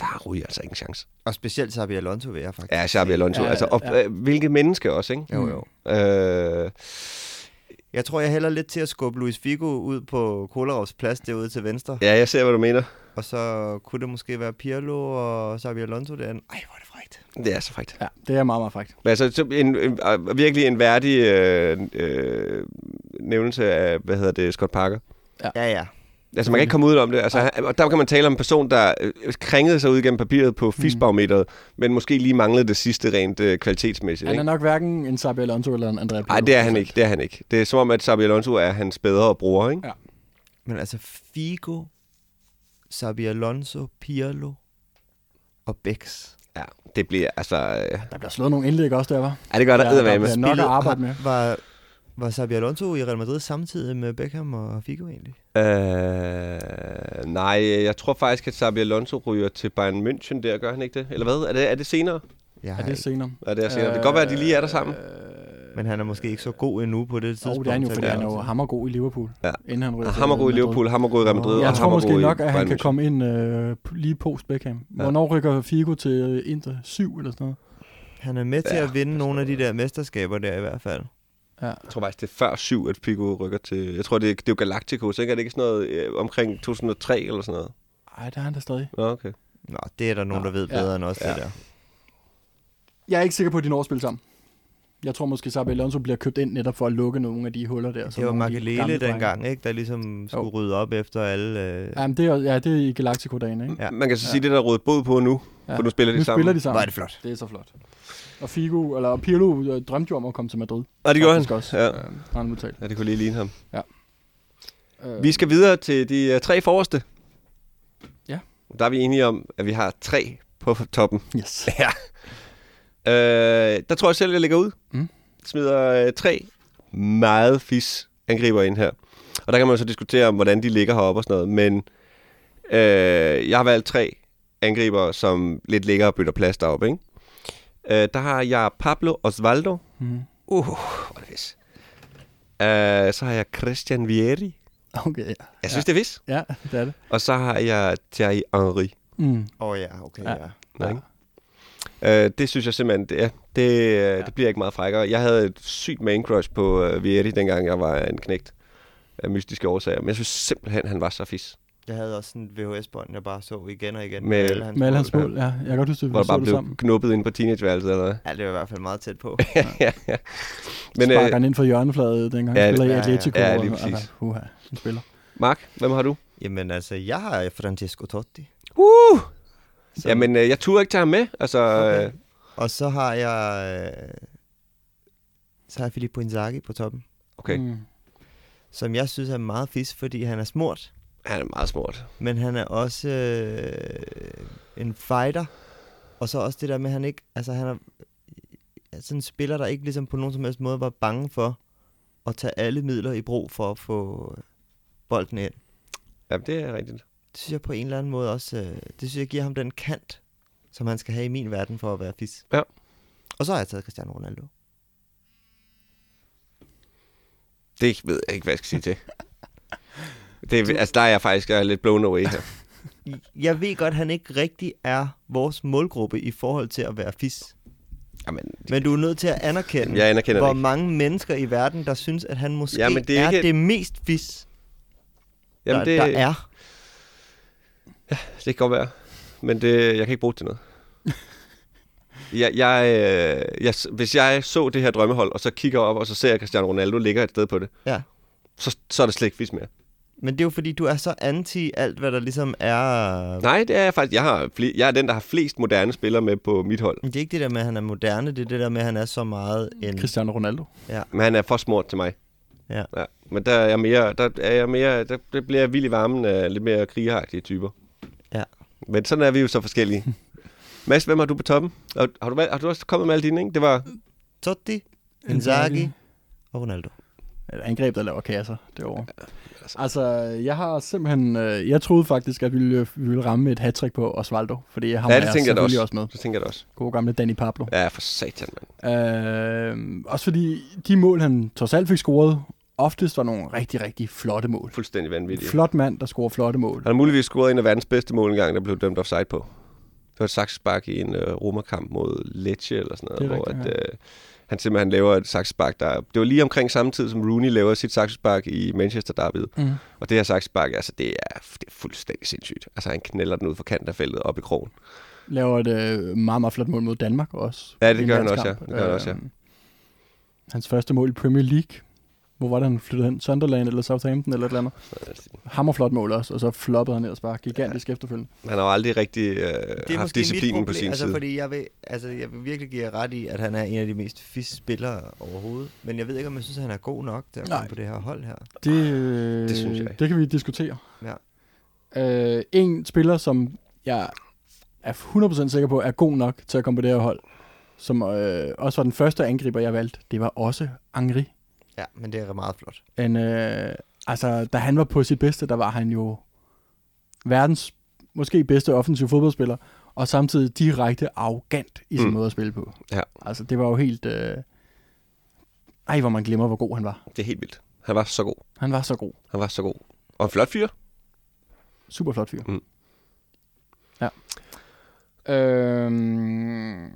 A: der ryger altså ingen chance.
C: Og specielt Xabi Alonso vil jeg faktisk.
A: Ja, Xabi Alonso. Ja,
B: Ja,
A: altså, og, ja.
B: ja.
A: øh, hvilke menneske også, ikke?
C: Jo, jo.
A: Øh,
C: Jeg tror, jeg hælder lidt til at skubbe Luis Figo ud på Kolarovs plads derude til venstre.
A: ja, jeg ser, hvad du mener.
C: Og så kunne det måske være Pirlo og Xabi Alonso derinde. Ej, hvor er det frækt.
A: Det er så frækt.
B: Ja, det er meget, meget frækt.
A: Men altså, så en, en, øh, virkelig en værdig øh, øh, nævnelse af, hvad hedder det, Scott Parker.
C: Ja, ja.
A: Altså, man kan ikke komme ud om det. Altså, han, og der kan man tale om en person, der øh, kringede sig ud gennem papiret på fisbarometeret, mm. men måske lige manglede det sidste rent øh, kvalitetsmæssigt.
B: Han er
A: Ikke?
B: nok hverken en Sabi Alonso eller en Andrea Pirlo.
A: Nej, det er han ikke. Det er han ikke. Det er som om, at Sabi Alonso er hans bedre bror, ikke?
B: Ja.
C: Men altså Figo, Xabi Alonso, Pirlo og Bex.
A: Ja, det bliver, altså... Øh,
B: Der bliver slået nogle indlæg også der, var.
A: ja, det gør der
B: Ja,
A: ja,
B: der
A: eddermame.
B: bliver- nok at arbejde med.
C: Var, var Xabi Alonso i Real Madrid samtidig med Beckham og Figo egentlig?
A: Øh, nej, jeg tror faktisk, at Sabi Alonso ryger til Bayern München der. Gør han ikke det? Eller hvad? Er det, er det senere?
C: Jeg
B: Er
C: har
B: det
C: ikke,
B: senere?
A: Er det, er senere? det kan godt være, at de lige er der sammen.
C: men han er måske ikke så god endnu på det
B: Jo,
C: tidspunkt.
B: det er han jo, fordi
C: Xabi
B: han er jo
C: Alonso.
B: hammergod i Liverpool,
A: Ja.
B: inden han ryger til
A: Ah, Hammergod i
B: Madrid.
A: Liverpool, Hammergod i Real Madrid.
B: Jeg
A: og
B: tror måske
A: Hammergod i
B: nok, at han
A: Bayern
B: kan
A: München.
B: komme ind øh, lige post Beckham. Hvornår rykker Figo til Inter? 7 eller sådan noget?
C: han er med til
A: Ja,
C: at vinde nogle af de der mesterskaber der i hvert fald.
B: Ja.
A: Jeg tror faktisk, det er før syv, at Pico rykker til... Jeg tror, det er, det er jo Galacticos, ikke? Er det ikke sådan noget øh, omkring 2003 eller sådan noget?
B: Ej, der er han da stadig.
A: Nå, okay.
C: Nå, det er der nogen,
B: Nå,
C: der ved
B: ja.
C: bedre end os,
A: Ja.
C: det der.
B: Jeg er ikke sikker på, at de når at spille sammen. Jeg tror måske, Sabi Alonso bliver købt ind netop for at lukke nogle af de huller der. som
C: Det var
B: Altså, nogle af de gamle
C: Makelele
B: drenge-
C: dengang, ikke? Der ligesom skulle rydde op efter alle... Øh...
B: Jamen, det er, ja, det er i Galactico-dagen, ikke?
A: Ja.
C: Ja.
A: Man kan så sige, det der er rådet bod på nu, ja.
B: Ja.
A: for nu spiller de
B: nu
A: sammen.
B: spiller de sammen.
C: Var det flot.
B: Det er så flot. Og Figo, eller Pirlo øh, drømte jo om at komme til Madrid.
A: Og det gjorde han.
B: Faktisk Også,
A: Ja.
B: ja. øh, har han udtalt.
A: ja, det kunne lige ligne ham.
B: Øh,
A: Vi skal videre til de øh, tre forreste.
B: Ja.
A: Der er vi enige om, at vi har tre på toppen.
B: Yes.
A: Ja. Øh, der tror jeg selv, jeg lægger ud. Mm.
B: Mm.
A: Smider øh, tre meget fis angriber ind her. Og der kan man jo så diskutere om, hvordan de ligger heroppe og sådan noget. Men øh, jeg har valgt tre angriber, som lidt ligger og bytter plads deroppe. Ikke? Øh, der har jeg Pablo Osvaldo.
B: Mm.
A: Uh, hvor er det fis. Øh, så har jeg Christian Vieri.
B: Okay, ja.
A: Jeg synes, ja. det er vis.
B: ja. det er det.
A: Og så har jeg Thierry Henry.
B: Mm.
C: Åh oh, ja, okay,
B: Ja.
C: ja.
A: Nej.
B: Ja.
A: ikke? Øh, det synes jeg simpelthen, det, ja, det, ja. det bliver ikke meget frækkere. Jeg havde et sygt man crush på øh, Vietti, dengang jeg var en knægt af mystiske årsager. Men jeg synes simpelthen, han var så fis.
C: Jeg havde også sådan en VHS-bånd, jeg bare så igen og igen.
A: Med-
C: hans
B: Med alle
C: mål.
B: hans mål, ja. Jeg kan godt huske, at vi
A: Hvor der
B: så
A: bare
B: det
A: blev
B: sammen.
A: knuppet ind på teenageværelset eller hvad.
C: Ja, det var i hvert fald meget tæt på.
A: ja, ja.
B: Men,
A: Men
B: Sparker
A: øh,
B: han ind for hjørnefladet, dengang
A: ja,
B: han spiller
C: ja,
B: i
C: ja.
B: Atletico.
A: Ja, lige
B: og-
A: præcis.
B: altså, Uha, han spiller.
A: Mark, hvem har du?
C: Jamen altså, jeg har Francesco Totti.
A: Uh! Så. Jamen, øh, jeg turde ikke tage ham med. Altså, okay. øh,
C: Og så har jeg... Øh, så har jeg Filippo Inzaghi på toppen,
A: okay. Mm.
B: Mm.
C: som jeg synes er meget fisk, fordi han er smurt,
A: Han er meget smart.
C: men han er også øh, en fighter. Og så også det der med, at han ikke... Altså, han er øh, sådan en spiller, der ikke ligesom på nogen som helst måde var bange for at tage alle midler i brug for at få øh, bolden ind.
A: Ja, det er rigtigt.
C: Det synes jeg på en eller anden måde også, øh, det synes jeg giver ham den kant, som han skal have i min verden for at være fis.
A: Ja.
C: Og så har jeg taget Cristiano Ronaldo.
A: Det ved jeg ikke, hvad jeg skal sige til. Det, er- altså, der er jeg faktisk jeg er lidt blown away her.
C: Jeg ved godt, han ikke rigtig er vores målgruppe i forhold til at være fis.
A: Jamen,
C: Men du er nødt til at anerkende,
A: jeg anerkender det
C: hvor
A: ikke.
C: mange mennesker i verden, der synes, at han måske
A: Jamen, det
C: det
A: er
C: er, er
A: ikke-
C: det mest fis,
A: Jamen,
C: der,
A: det,
C: der er.
A: det kan godt være. Men det, jeg kan ikke bruge det til noget. Jeg, jeg, øh, jeg, hvis jeg så det her drømmehold, og så kigger op, og så ser jeg, at Cristiano Ronaldo ligger et sted på det,
C: Ja.
A: så, så er det slet ikke fisk mere.
C: Men det er jo fordi, du er så anti alt, hvad der ligesom er...
A: Nej, det er jeg faktisk. Jeg, har fle- jeg er den, der har flest moderne spillere med på mit hold.
C: Men Det er ikke det der med, at han er moderne, det er det der med, at han er så meget en...
B: Cristiano Ronaldo.
A: Men han er for smurt til mig.
C: Ja.
A: ja. Men der er jeg mere, der er jeg mere, der der bliver jeg vild i varmen af lidt mere krigeragtige typer.
C: Ja.
A: Men sådan er vi jo så forskellige. Mads, hvem har du på toppen? Og har du, valgt- har du også kommet med alle dine, ikke? Det var,
C: Totti, Inzaghi og Ronaldo.
B: Eller angreb, der laver kasser derovre. Altså, jeg har simpelthen... Øh, jeg troede faktisk, at vi ville, vi ville ramme et hattrick på Osvaldo, fordi ham
A: Ja,
B: er
A: det
B: jeg
A: tænker jeg da
B: selvfølgelig
A: også.
B: også med.
A: så tænker jeg det også.
B: God gamle Danny Pablo.
A: Ja, for satan, mand.
B: Øh, også fordi de mål, han trods alt fik scoret, oftest var nogle rigtig, rigtig flotte mål.
A: Fuldstændig vanvittigt.
B: Flot mand, der scorer flotte mål.
A: Han har muligvis scoret en af verdens bedste mål engang, der blev dømt offside på. Det var et saksespark i en uh, romerkamp mod Lecce eller sådan noget,
B: Det er
A: hvor
B: rigtigt,
A: at, uh, han simpelthen laver et saksespark, der... Det var lige omkring samme tid, som Rooney laver sit saksespark i Manchester Derby.
B: Mm.
A: Og det her saksespark, altså, det er, det er fuldstændig sindssygt. Altså, han knælder den ud for kanten af feltet op i krogen.
B: Laver et øh, meget, meget flot mål mod Danmark også.
A: Ja, det
B: I en
A: gør han
B: landskamp.
A: også, ja. Det gør han også, ja.
B: Øh, Hans første mål i Premier League. Hvor var det, han flyttede hen? Sunderland eller Southampton eller et eller andet. Hammerflot mål også, og så floppede han ellers bare gigantisk ja. efterfølgende.
A: Han har jo aldrig rigtig øh, haft
C: mit
A: disciplinen på sin
C: altså,
A: side.
C: Fordi jeg, vil, altså, jeg vil virkelig give jer ret i, at han er en af de mest fisk spillere overhovedet. Men jeg ved ikke, om jeg synes, at han er god nok til at
B: Nej.
C: komme på det her hold her.
B: Det, øh,
A: Det synes jeg.
B: det kan vi diskutere.
C: Ja.
B: Øh, en spiller, som jeg er 100% sikker på, er god nok til at komme på det her hold, som øh, også var den første angriber, jeg valgte, det var også Angri.
C: Ja, men det er meget flot.
B: En, øh, altså, da han var på sit bedste, der var han jo verdens måske bedste offensiv fodboldspiller, og samtidig direkte arrogant i sin
A: Mm.
B: mm. måde at spille på.
A: Ja.
B: Altså, det var jo helt... Øh, ej, hvor man glemmer, hvor god han var.
A: Det er helt vildt. Han var så god.
B: Han var så god.
A: Han var så god. Og en flot fyr.
B: Super flot fyr.
A: Mm.
B: Ja. Øhm,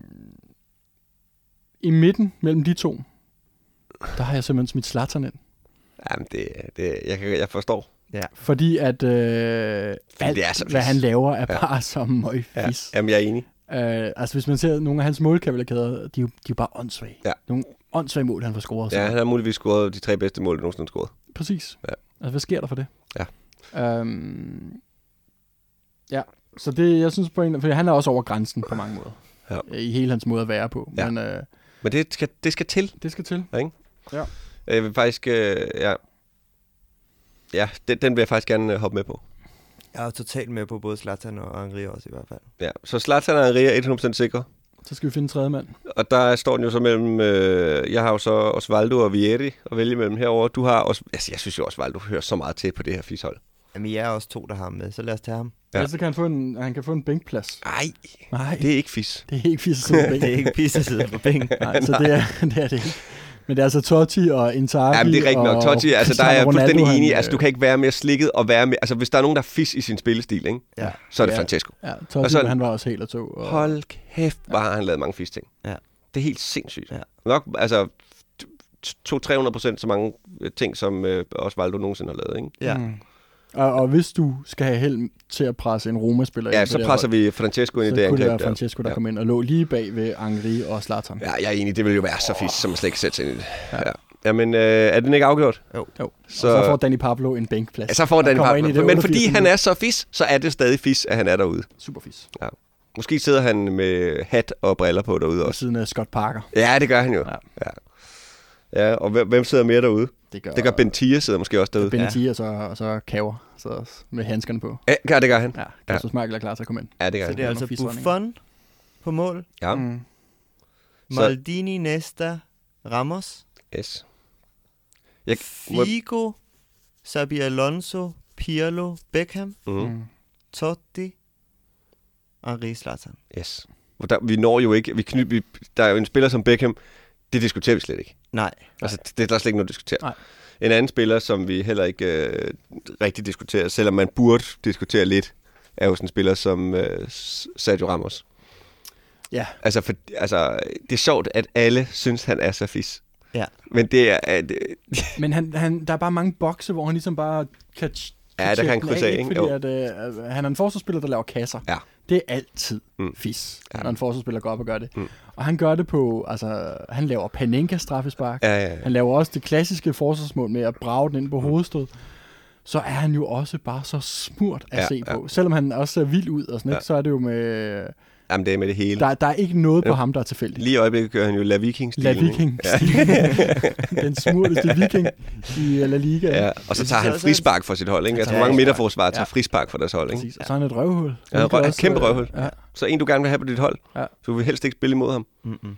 B: I midten mellem de to, der har jeg simpelthen smidt Zlatan ind.
A: Jamen, det, det, jeg, kan- jeg forstår.
B: Fordi at øh, alt,
A: det er så
B: hvad
A: fisk.
B: han laver, er
A: Ja.
B: ja. bare som
A: Ja.
B: møgfis. Ja.
A: Jamen, jeg er enig.
B: Øh, altså, hvis man ser nogle af hans målkavalkader, de, er jo- de er jo bare åndssvage.
A: Ja.
B: Nogle åndssvage mål, han får scoret.
A: Ja,
B: Ja.
A: han har muligvis scoret de tre bedste mål, der nogensinde har scoret.
B: Præcis.
A: Ja.
B: Altså, hvad sker der for det?
A: Ja.
B: Øhm, ja, så det, jeg synes på en... For han er også over grænsen på mange måder.
A: Ja.
B: I hele hans måde at være på.
A: Ja.
B: Men øh,
A: Men det skal, det skal til.
B: det skal til.
A: Jeg vil faktisk... Øh, ja. Ja, den, den vil jeg faktisk gerne øh, hoppe med på.
C: Jeg er jo totalt med på både Zlatan og Angri også i hvert fald.
A: Ja, så Zlatan og Henri er 100% sikre.
B: Så skal vi finde en tredje mand.
A: Og der står den jo så mellem... Øh, jeg har jo så Osvaldo og Vieri at vælge mellem herover. Du har også... Altså, jeg synes jo, Osvaldo hører så meget til på det her fishold.
C: Jamen, jeg er også to, der har ham med, så lad os tage ham.
A: Ja.
B: Ja. Ellers så kan han få en, han kan få en bænkplads.
A: Nej,
B: Nej,
A: det er ikke fis.
B: det er ikke fisk som en bænk.
C: Det er ikke pisse sidder på bænken.
B: Nej, så det er, det er det ikke. Men det er altså Totti og Inzaghi
A: Ja, men det er rigtigt nok.
B: og
A: Totti, altså der er jeg
B: Cristiano
A: fuldstændig
B: Ronaldo,
A: enig.
B: han, øh-
A: Altså, du kan ikke være mere slikket og være mere... Altså, hvis der er nogen, der er fis i sin spillestil, ikke?
C: Ja.
A: så er det
B: Ja.
A: Francesco.
B: Ja, Totti,
A: Og så-
B: han var også helt og tog. Og,
A: Hold kæft, hvor har han lavet mange fis ting.
C: Ja.
A: Det er helt sindssygt.
C: Ja.
A: Nok, altså, 200-300 procent så mange øh, ting, som øh, Osvaldo nogensinde har lavet, ikke?
C: Ja.
B: Mm. Og, og hvis du skal have held til at presse en Roma-spiller
A: Ja,
B: ind på
A: så
B: det her
A: presser vi Francesco ind i
B: hold,
A: det
B: så kunne det være
A: angreb der.
B: Francesco, der
A: Ja.
B: ja. kom ind og lå lige bag ved Angri og Zlatan.
A: Ja, jeg er enig. Det ville jo være så fisk, som man slet ikke kan sætte sig ind i det. Ja. ja. Jamen, øh, er den ikke afgjort?
B: Jo.
A: Så-
B: Så... Og så får Danny Pablo en bænkplads.
A: Ja, så får
B: Og
A: den
B: kommer ind i
A: par.
B: det
A: Men fordi
B: 88.
A: han er så fis, så er det stadig fis, at han er derude.
B: Super fis.
A: Måske sidder han med hat og briller på derude
B: Ved
A: også.
B: siden af Scott Parker.
A: Ja, det gør han jo.
B: Ja.
A: Ja, ja. ja og hvem, hvem sidder mere derude?
B: Det gør,
A: Det gør Ben Thier sidder måske også derude.
B: Ben
C: Ja.
B: ja. og, så, og så Kaver så også med handskerne på.
A: Ja, gør, det gør han.
B: Ja, Kasper ja. Smeichel er klar til at komme ind.
A: Ja, det gør
C: Så
A: han.
C: det er
B: Under
C: altså
B: fiskeholdningen.
C: Buffon på mål.
A: Ja,
B: Mm.
A: Så-
C: Maldini, Nesta, Ramos,
A: yes. Jeg-
C: Figo, Sabi Alonso, Pirlo, Beckham,
A: Mm.
B: Mm.
C: Totti og Ries Zlatan.
A: Yes. Og Der, vi når jo ikke, vi, kny, vi der er jo en spiller som Beckham, det diskuterer vi slet ikke.
C: Nej,
A: Altså, det, er der slet ikke noget at diskutere.
B: Nej.
A: En anden spiller, som vi heller ikke øh, rigtig diskuterer, selvom man burde diskutere lidt, er jo sådan en spiller som øh, S- Sergio Ramos.
B: Ja.
A: Altså, for, altså, det er sjovt, at alle synes, han er så fis.
C: Ja.
A: Men det er... At, øh,
B: Men han, han, der er bare mange bokse, hvor han ligesom bare kan... t-
A: Ja, der kan
B: tjekke
A: han
B: den
A: krydse af,
B: ikke?
A: ikke?
B: Fordi
A: Jo.
B: at, øh, han er en forsvarsspiller, der laver kasser.
A: Ja.
B: Det er altid
A: Mm.
B: mm. fis,
A: Ja.
B: ja. når en forsvarsspiller går op og gør det.
A: Mm.
B: Mm. Og han gør det på... Altså, han laver Panenka-straffespark.
A: ja, Mm. ja, ja.
B: Han laver også det klassiske forsvarsmål med at brage den ind på hovedstød. Så er han jo også bare så smurt at
A: Ja,
B: ja, se
A: ja.
B: på. Selvom han også ser vild ud og sådan,
A: Ja.
B: ikke, så er det jo med...
A: Jamen, det er med det hele.
B: Der, der er ikke noget på
A: Jo.
B: ham, der er tilfældigt.
A: Lige i øjeblikket kører han jo La Viking-stilen. ikke?
B: La Viking.
A: Ja.
B: den smurteste viking i øh, La Liga.
A: Ja, og så
C: synes
A: tager han
C: også, at-
A: frispark for sit hold, ikke? Jeg
B: Han
A: tror,
B: tager
A: mange
B: frispark.
A: midterforsvarer tager
B: Ja.
A: frispark for deres hold, ikke?
B: Præcis. Og så er han et røvhul.
A: Ja,
B: Hvilket
A: røv-
B: også,
A: kæmpe
B: øh,
A: røvhul.
B: Ja.
A: Så en, du gerne vil have på dit hold,
B: Ja.
A: så vil vi helst ikke spille imod ham.
C: Mm-mm.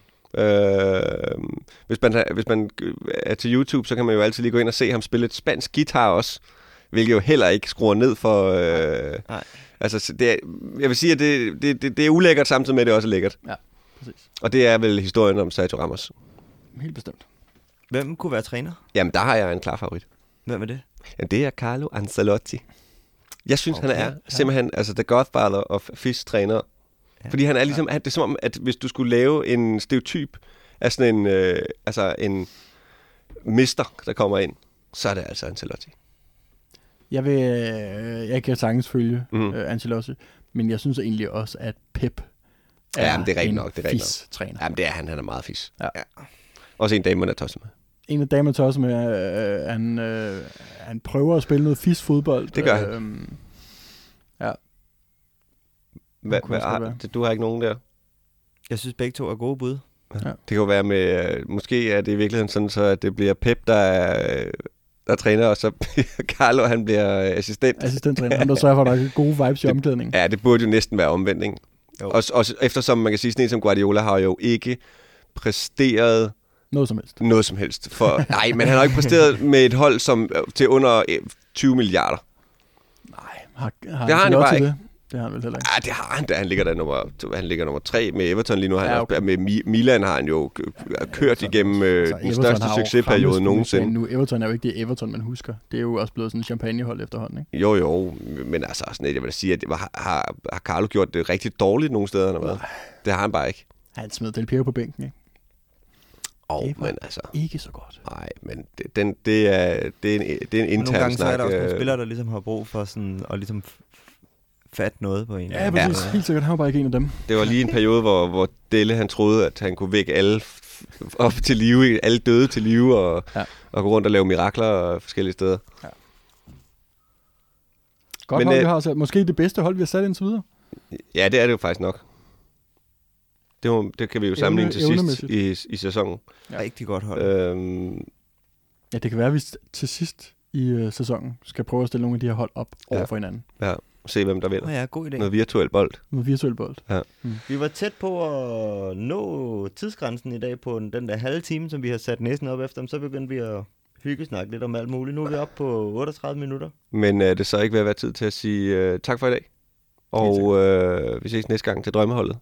A: Øh, hvis, man, har- hvis man øh, er til YouTube, så kan man jo altid lige gå ind og se ham spille et spansk guitar også, hvilket jo heller ikke skruer ned for... Øh,
C: Nej.
A: Altså, så det er, jeg vil sige, at det, det, det, det er ulækkert samtidig med, at det også er lækkert.
B: Præcis.
A: Og det er vel historien om Sergio Ramos.
B: Helt bestemt.
C: Hvem kunne være træner?
A: Jamen, der har jeg en klar favorit.
C: Hvem er det?
A: Ja, det er Carlo Ancelotti. Jeg synes, okay.
C: Okay,
A: han er
C: ja.
A: simpelthen altså The Godfather of Fish træner. Ja.
C: Ja.
A: Fordi han er ligesom, han, det er som om, at hvis du skulle lave en stereotyp af sådan en, øh, altså en mister, der kommer ind, så er det altså Ancelotti.
B: Jeg, vil, øh, jeg kan sagtens følge
A: Mhm.
B: mm. øh, Ancelotti, men jeg synes egentlig også, at Pep
A: Ja, men det er rigtigt nok, det er rigtigt
B: træner.
A: Jamen, det er han. Han er meget fis.
B: Ja.
A: Også en dame, man er tosset med.
B: En af damerne tager også med, øh, øh, han, øh, han prøver at spille noget fisk fodbold.
A: Det gør han.
B: Øhm,
A: Hva,
B: kunne
A: hva,
B: også godt
A: har, du har ikke nogen der?
C: Jeg synes begge to er gode bud.
A: Det kan jo være med, øh, måske er det i virkeligheden sådan, så at det bliver Pep, der er, øh, der er træner, og så Carlo, han bliver øh, assistent.
B: assistenttræner, ham der sørger for, at der er gode vibes i
A: Det-
B: omklædningen.
A: Ja, det burde jo næsten være omvendt, ikke?
C: Jo.
A: Også, også eftersom man kan sige, sådan en som Guardiola har jo ikke præsteret
B: Noget som helst.
A: noget som helst. For, nej, men han har ikke præsteret med et hold som øh, til under øh, 20 milliarder.
B: Nej, har, har
A: Det har han
B: han
A: jo
B: også
A: bare
B: til det? Det har han vel heller ikke.
A: Ja, det har han da. Han ligger der nummer, han ligger nummer tre med Everton lige nu. Han
B: Ja,
A: ja, okay.
B: okay.
A: Med Mi- Milan har han jo k- kørt
B: Everton
A: igennem øh, den
B: Everton
A: største
B: har jo
A: succesperiode
B: fremmet
A: nogensinde.
B: Nu Everton er jo ikke det Everton, man husker. Det er jo også blevet sådan en champagnehold efterhånden, ikke?
A: Jo, jo, men altså sådan lidt, jeg vil da sige, at det var- har, har Carlo gjort det rigtig dårligt nogle steder, eller hvad? Det har han bare ikke.
B: Han smed Del Piero på bænken, ikke?
A: Og,
B: Det var-
A: men altså,
B: Ikke så godt.
A: nej, men det, den, det, er, det, er en, det er en intern
C: Men Nogle gange
A: snak.
C: så er der også nogle
A: øh,
C: spillere, der ligesom har brug for sådan, at ligesom f- fatte noget på en.
B: Ja,
C: eller anden
B: præcis. Ja.
C: måde.
B: Helt sikkert. Han var bare ikke en af dem.
A: Det var lige en periode, hvor, hvor Delle han troede, at han kunne vække alle f- f- op til live, alle døde til live, og, ja.
B: Ja.
A: og gå rundt og lave mirakler og forskellige steder.
B: Godt
A: Men,
B: Men, hold,
A: øh,
B: vi har sat. Måske det bedste hold, vi har sat indtil videre.
A: Ja, det er det jo faktisk nok. Det, må, det kan vi jo
B: Evne-
A: sammenligne til sidst i, i sæsonen.
B: Ja.
C: Rigtig godt hold.
A: Øhm,
B: Ja, det kan være, at vi s- til sidst i øh, sæsonen skal prøve at stille nogle af de her hold op
A: Ja.
B: over for hinanden.
A: se, hvem der vinder.
C: Åh ja, god idé.
A: Noget virtuel bold.
B: Med virtuel bold.
C: Vi var tæt på at nå tidsgrænsen i dag på den der halve time, som vi har sat næsten op efter, men så begyndte vi at hygge snakke lidt om alt muligt. Nu er vi oppe på 38 minutter.
A: Men øh, det er så ikke ved at være tid til at sige øh, tak for i dag. Og øh, vi ses næste gang til Drømmeholdet.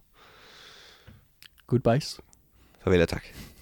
B: Goodbyes.
A: Farvel og tak.